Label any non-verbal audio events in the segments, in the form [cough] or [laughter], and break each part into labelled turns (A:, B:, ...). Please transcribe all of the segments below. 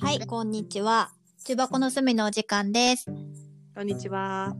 A: はい、こんにちは。中箱の隅のお時間です。
B: こんにちは。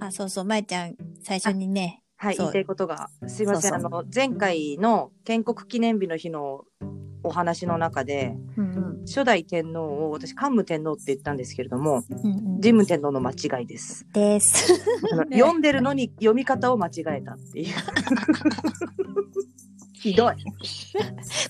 A: あ、そうそう、まえちゃん、最初にね、
B: はい、
A: そう
B: 言いたいことが、すいません。
A: そうそ
B: あの、前回の建国記念日の日のお話の中で、
A: うん
B: 初代天皇を私、桓武天皇って言ったんですけれども、
A: うん、うんうん、
B: 神武天皇の間違いです。
A: です。 [laughs]
B: あ [laughs] の
A: ね
B: 読んでるのに読み方を間違えたって [laughs] いう。ひどい。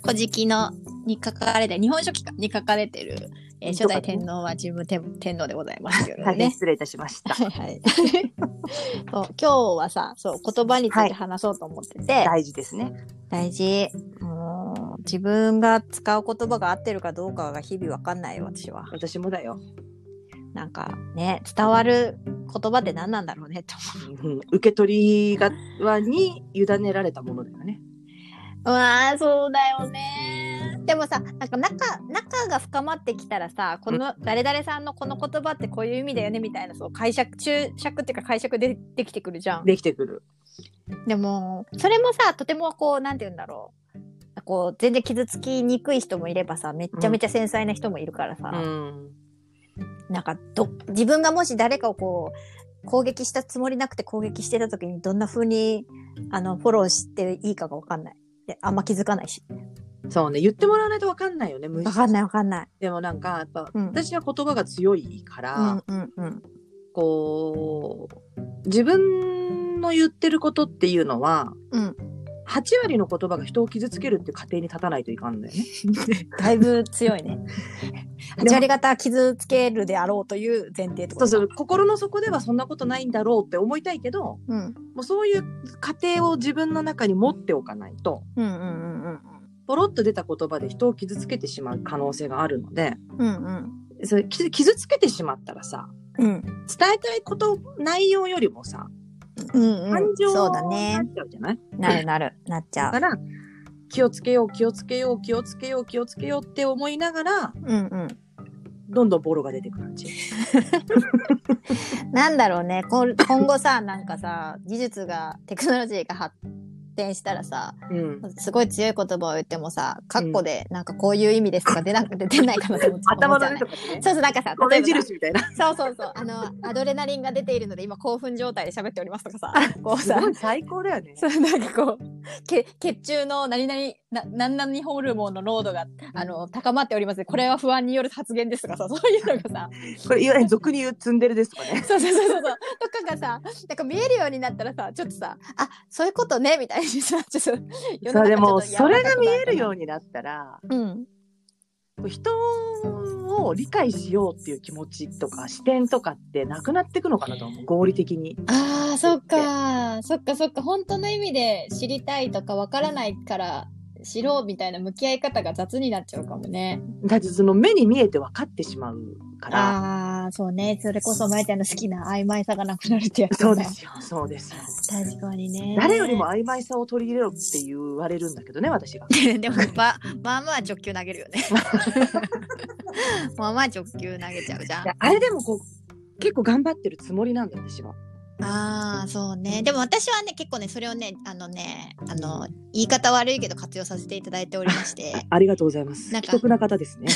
A: 古事記のに書かれて、日本書紀かに書かれてる、えー初代天皇は神武天天皇でございますよ
B: 大変
A: ね。
B: 失礼いたしま [laughs] した。
A: はいはい。 [laughs] そう今日はさ、そう言葉について話そうと思ってて、
B: 大事ですね。
A: 大事。もう自分が使う言葉が合ってるかどうかが日々わかんないよ私は。
B: 私もだよ。
A: なんかね、伝わる言葉って何なんだろうねと
B: うん受け取り側に委ねられたものだよね。
A: うわあそうだよねでもさなんか仲仲が深まってきたらさこの誰々さんのこの言葉ってこういう意味だよねみたいなそう解釈注釈っていうか解釈でできてくるじゃん。
B: できてくる。
A: でもそれもさとてもこうなんて言うんだろうこう全然傷つきにくい人もいればさめっちゃめちゃ繊細な人もいるからさ、
B: うん。
A: なんかど自分がもし誰かをこう攻撃したつもりなくて攻撃してた時にどんな風にあのフォローしていいかがわかんない。であんま気づかないし。
B: そうね。言ってもらわないとわかんないよね。無意
A: わ
B: 識
A: かんないわかんない。
B: でもなんかやっぱ、
A: うん
B: 私は言葉が強いから、
A: うんうんうん。
B: こう自分の言ってることっていうのは、
A: うん [laughs]
B: 8割の言葉が人を傷つけるっていう過程に立たないといかんだよね。
A: だいぶ強いね。8割方傷つけるであろうという前提ってこ
B: そ
A: と
B: うそう心の底ではそんなことないんだろうって思いたいけど
A: うん
B: もうそういう過程を自分の中に持っておかないと
A: うんうんうんうん
B: ポロッと出た言葉で人を傷つけてしまう可能性があるので
A: うんうん
B: それ傷傷つけてしまったらさ
A: うん
B: 伝えたいこと内容よりもさ
A: うん
B: 感情に
A: そ
B: な
A: う
B: っ
A: だね。
B: ちゃうじゃない、
A: なるなるなっちゃ
B: だ
A: う。
B: から気をつけよう気をつけよう気をつけよう気をつけようって思いながら
A: うんう
B: どんどんボロが出てく感じ。
A: ん。なんだろうね。こ [laughs] ん今後さなんかさ技術がテクノロジーが発展したらさ
B: うん、
A: すごい強い言葉を言ってもさ括弧でなんかこういう意味ですとか出なくて出ないかなと思っちゃう。
B: 頭の
A: 思っ
B: ね
A: ちゃ
B: と
A: うね
B: かね。
A: そうそうなんかさ
B: こ
A: 例え
B: れ
A: ばさ
B: 印みたいな。
A: そうそうそう。あの、アドレナリンが出ているので、今興奮状態で喋っておりますとかさ、こう
B: す
A: さ
B: ご、い最高だよね。
A: そうなんかこう、け血中の何々、な何々ホルモンの濃度が、あの、高まっております。これは不安による発言ですとかさ、そういうのがさ、
B: これいわゆる俗に言うツンデレですとかね。
A: そうそうそうそうそう、とかがさ、なんか見えるようになったらさ、ちょっとさ、あ、そういうことね、みたいにさ、ちょっと世
B: そ
A: の中
B: う
A: ち
B: で
A: ょ
B: も
A: っと柔らかくなるかな、
B: それが見えるようになったら
A: うん。
B: 人を理解しようっていう気持ちとか視点とかってなくなっていくのかなと思う合理的に。
A: ああ、そっか、そっかそっか、本当の意味で知りたいとかわからないから知ろうみたいな向き合い方が雑になっちゃうかもね。
B: だってその目に見えて分かってしまうから。
A: ああ、そうね。それこそまえちゃんの好きな曖昧さがなくなるってやつ
B: そ
A: だ
B: う
A: ね
B: ですよそうですよ。
A: 確かにね。
B: 誰よりも曖昧さを取り入れろって言われるんだけどね私が。
A: [laughs] でもままあまあ直球投げるよね。 [laughs] まあまあ直球投げちゃうじゃん。
B: あれでもこう結構頑張ってるつもりなんだ私は。
A: ああそうね。でも私はね結構ねそれをねあのねあの言い方悪いけど活用させていただいておりまして。
B: ありがとうございます。
A: なん
B: 既
A: か
B: 得な方 [laughs] ですね。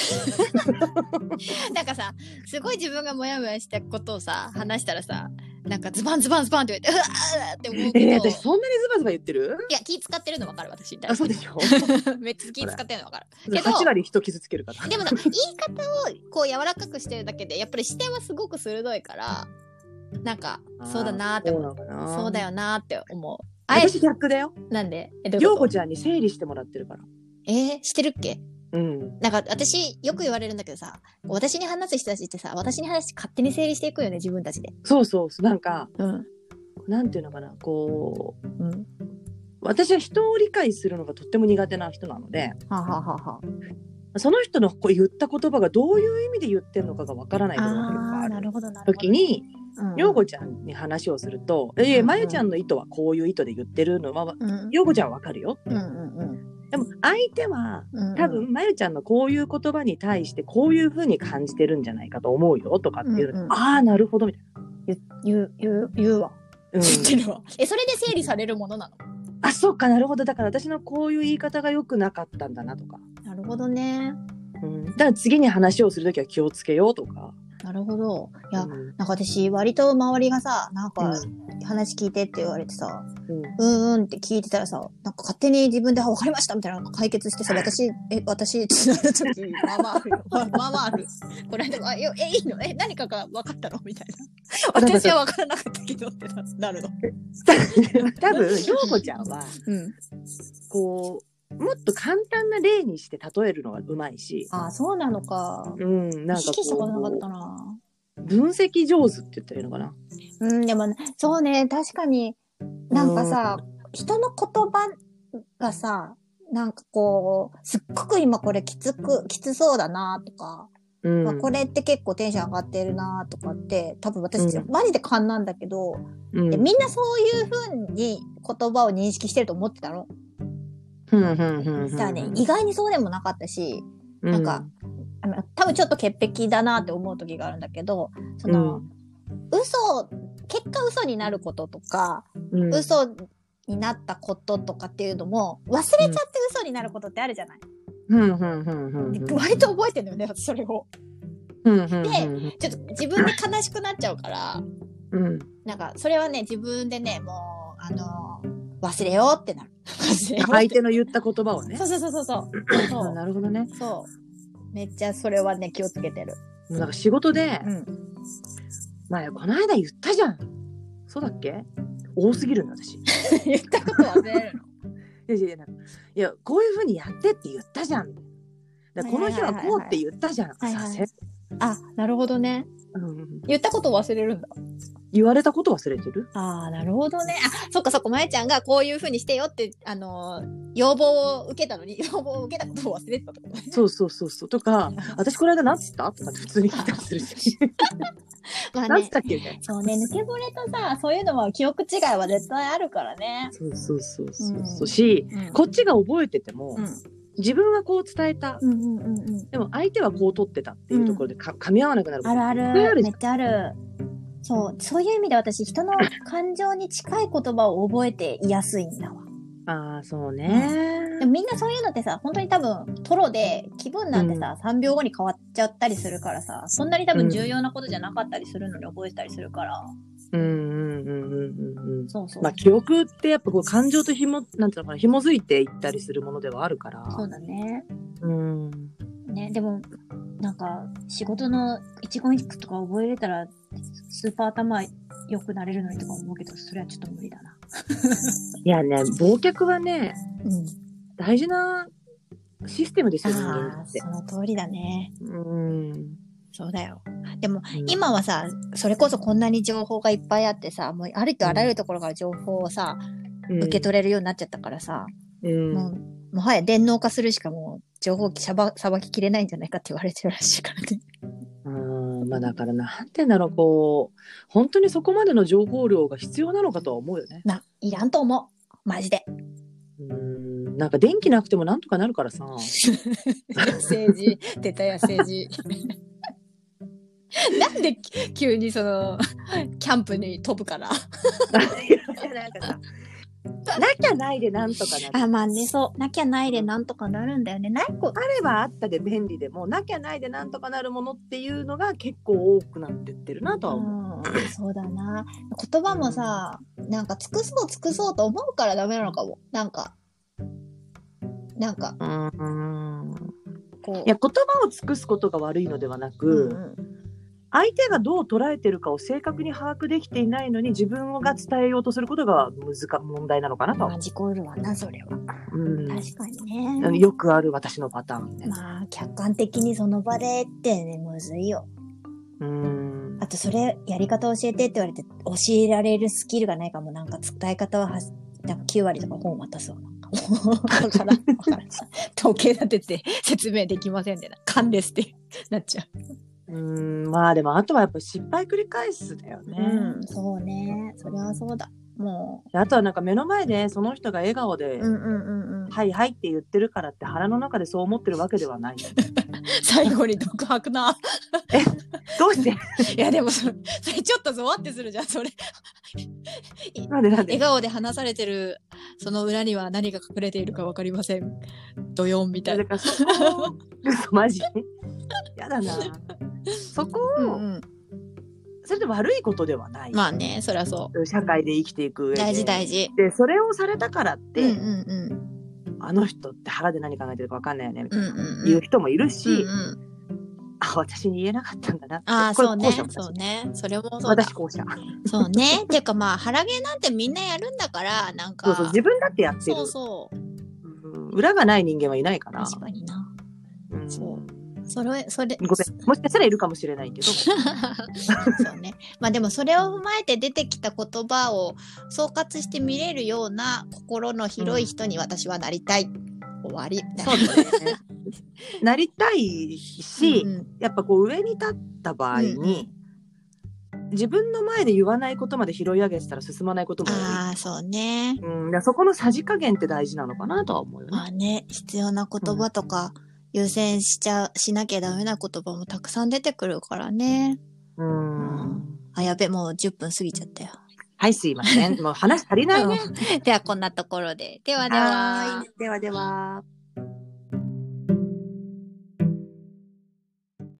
A: [laughs] なんかさすごい自分がモヤモヤしたことをさ話したらさなんかズバンズバンズバンって言われてうわーって思うけど、
B: えー、私そんなにズバズバ言ってる？
A: いや気使ってるの分かる私
B: [laughs] あそうでしょ。
A: [laughs] めっちゃ気使ってるの分かるけど
B: 八割人傷つけるから。
A: でもさ言い方をこう柔らかくしてるだけでやっぱり視点はすごく鋭いからなんかそうだなーって思う
B: そうなのかな
A: そうだ。よなーって思うあえ
B: 私逆だよ。
A: なんでえどういう
B: 陽
A: こ
B: 子
A: と
B: ちゃんに整理してもらってるから。
A: えーしてるっけ
B: うん。
A: なんか私よく言われるんだけどさ私に話す人たちってさ私に話して勝手に整理していくよね自分たちで
B: そうそうそう。なんか
A: うん
B: なんていうのかなこう
A: うん
B: 私は人を理解するのがとっても苦手な人なので、
A: はあはあはあはあ
B: その人のこう言った言葉がどういう意味で言ってるのかがわからないことが結構
A: あ
B: あ
A: あ
B: る。
A: なるほどなるほど。
B: 時に
A: うん、
B: 陽子ちゃんに話をすると「い
A: うんう
B: や
A: ん
B: まゆちゃんの意図はこういう意図で言ってるのは
A: うん、うん
B: 陽子ちゃんはわかるよ
A: うん」
B: でも相手は
A: うん、
B: 多分まゆちゃんのこういう言葉に対してこういうふうに感じてるんじゃないかと思うよとかっていう
A: う
B: の、
A: んうん
B: ああなるほどみたい
A: 言う言う言うわ。 [laughs]
B: な、うん、
A: 言ってるわ。えそれで整理されるものなの。
B: あそっかなるほどだから私のこういう言い方が良くなかったんだなとか
A: なるほどね。
B: うん、だから次に話をするときは気をつけようとか。
A: なるほど。いや、
B: うん
A: なんか私、割と周りがさ、なん
B: う
A: か、話聞いてって言われてさ、
B: ん
A: うんうんって聞いてたらさ、なんか勝手に自分で、あわかりましたみたいなのが解決してさ、私、え、私ってなるとき、 [laughs] まあまああるよ。まあまあまあある。これ間、あ、え、えいいのえ、何かが分かったのみたいな。私は分からなかったけどってななるの。 [laughs]
B: 多分陽子ちゃんは
A: うん。
B: こうもっと簡単な例にして例えるのがうまいし、
A: ああ、そうなのか。
B: うん、なん
A: 意
B: か
A: 識したことなかった
B: こ
A: な。
B: う分析上手って言ったらいいのかな。
A: うん、でも、そうね、確かに、なんかさ、人の言葉がさ、なんかこう、すっごく今これきつく、きつそうだなとか、
B: うん、
A: まあこれって結構テンション上がってるなとかって、多分私、
B: うん
A: マジで勘なんだけど、
B: うん、
A: でみんなそういうふうに言葉を認識してると思ってたの。
B: うんうんうんうん
A: じゃあね、意外にそうでもなかったし、
B: うん
A: なんか、あの多分ちょっと潔癖だなって思う時があるんだけど、その、嘘、結果嘘になることとか、
B: うんうん
A: 嘘になったこととかっていうのも忘れちゃって嘘になることってあるじゃない、
B: うんうんうんうんうん
A: 割と覚えてるんだよね私それを
B: うんうんうん
A: ちょっと自分で悲しくなっちゃうから
B: うん
A: なんかそれはね自分でねもうあのー忘れようってなる忘れよう
B: 相手の言った言葉をね
A: そうそうそうそうそうそ
B: あ
A: う
B: [laughs] なるほどね
A: そうめっちゃそれはね気をつけてる
B: もうなんか仕事で
A: うん
B: まあこの間言ったじゃんそうだっけ多すぎるの
A: [laughs]
B: 私い
A: 言ったこと忘れるの
B: やいやいやなんかいやこういうふうにやってって言ったじゃんだからこの日はこうって言ったじゃん
A: はいはいはいはい
B: さ
A: あなるほどね
B: せうん
A: 言ったこと忘れるんだ
B: 言われたこと忘れてる
A: ああなるほどねあそっかそっかまゆちゃんがこういうふうにしてよってあのー要望を受けたのに [laughs] 要望を受けたことを忘れてたってことね
B: そうそうそうそうとか私この間何つったとかって普通に聞いたりするし
A: [laughs] まあ
B: 何つ
A: ね
B: っ、たっけみたいな
A: そうね、抜け惚れとさ、そういうのは記憶違いは絶対あるからね。
B: そうそうそうそうそううんし
A: うん
B: こっちが覚えてても
A: うん
B: 自分はこう伝えた
A: うんうんうんうん。
B: でも相手はこう取ってたっていうところでか、噛み合わなくなること
A: あるあ
B: いっぱいあ
A: る。め
B: るじ
A: っちゃある。そう、そういう意味で私、人の感情に近い言葉を覚えていやすいんだわ。
B: ゃんああそうね、
A: でもみんなそういうのってさ、本当に多分、トロで気分なんてさ、3秒後に変わっちゃったりするからさ、そんなに多分重要なことじゃなかったりするのに覚えてたりするから。
B: うんうんうんうんうんうん
A: そうそう。
B: まあ記憶ってやっぱこう感情とひもなんていうのかな紐づいていったりするものではあるから
A: そうだね。
B: うん
A: ね、でも、なんか、仕事の一言一句とか覚えれたら、スーパー頭良くなれるのにとか思うけど、それはちょっと無理だな。
B: いやね忘却はね
A: うん。
B: 大事なシステムですよ人間
A: ああ、
B: って
A: その通りだね。
B: うん
A: そうだよ。でも、今はさ、それこそこんなに情報がいっぱいあってさ、もうありとあらゆるところから情報をさ、受け取れるようになっちゃったからさ、
B: れうん、
A: もう、もはや電脳化するしかもう、情報さばさばききれないんじゃないかって言われてるらしいからね。
B: うんまあだからなんて言うんだろうこう本当にそこまでの情報量が必要なのかとは思うよね
A: [laughs] な、いらんと思う。マジで。
B: うんなんか電気なくてもなんとか [laughs] なるからさ
A: 政 [laughs] 治出たや政 [laughs] 治なんでき急にそのキャンプに飛ぶから
B: なんかさ、なきゃないでなんとかなる。
A: あまあねそうなきゃないでなんとかなるんだよねないこ
B: あればあったで便利でも、なきゃないでなんとかなるものっていうのが結構多くなってってるなとは思う。
A: うんそうだな言葉もさなんか尽くそう尽くそうと思うからダメなのかもなんかなんか
B: うん
A: こ
B: いや言葉を尽くすことが悪いのではなく、
A: う、うん
B: 相手がどう捉えてるかを正確に把握できていないのに自分が伝えようとすることが難問題なのかなとは
A: まあ
B: 思
A: 事故るわなそれは、
B: う、うん
A: 確かに
B: あの
A: ね
B: よくある私のパターンね、
A: まあ客観的にその場でってねむずいよ
B: うん
A: あとそれやり方教えてって言われて教えられるスキルがないかもなんか伝え方ははなんか9割とか本渡 [laughs] すわなんかもうだからんわからん統計立てて説明できませんでな勘ですってなっちゃ
B: うんまあでもあとはやっぱ失敗繰り返すだよ
A: う、
B: ね、
A: うん、そうねそれはそうだも
B: であとはなんか目の前でその人が笑顔で
A: ううんうんうんうん [laughs]
B: はいはいって言ってるからって腹の中でそう思ってるわけではない。
A: [laughs] 最後に独白な。
B: どうして
A: いやでもそれそれちょっとゾワってするじゃんそれ。
B: [laughs] なんでなん
A: 笑
B: で
A: 顔で話されてるその裏には何が隠れているかわかりません。ドヨンみたいな
B: だ。からそこを [laughs] 嘘マジやだなそこを、
A: うんうん、
B: それで悪いことではない、
A: まあねそりゃそ
B: 社会で生きていく上
A: う
B: で
A: 大事大事。
B: でそれをされたからって、
A: うんうんうん
B: あの人って腹で何考えてるか分かんないよねみた
A: う
B: い
A: ん
B: な、
A: うん
B: 言う人もいるし、
A: うんうん、
B: あ私に言えなかったんだなって
A: ああ
B: これ
A: そう
B: 後
A: ね
B: 者も
A: そうねそれもそうだ
B: 私後者
A: そうねていうかまあ腹毛なんてみんなやるんだからなんか
B: そうそう自分だってやってる
A: そうそう
B: うん裏がない人間はいないから、
A: 確かにな
B: うん
A: そ
B: ご
A: うそれそれ
B: めんもしかしたらいるかもしれないけど
A: そうね。まあでもそれを踏まえて出てきた言葉を総括して見れるような心の広い人に私はなりたい。終わり。
B: そうだねなりたいし、
A: うんうん
B: やっぱこう上に立った場合に、自分の前で言わないことまで拾い上げてたら進まないことも多
A: ああ、そうね。
B: い、うん、だからそこのさじ加減って大事なのかなとは思うよね
A: まあね、必要な言葉とか、優先しちゃ、しなきゃダメな言葉もたくさん出てくるからね。
B: うん
A: あ、やべ、もう10分過ぎちゃった
B: [laughs]
A: よ。
B: はいすいませんもう話足りないね
A: ではこんなところで。ではでは。
B: いではでは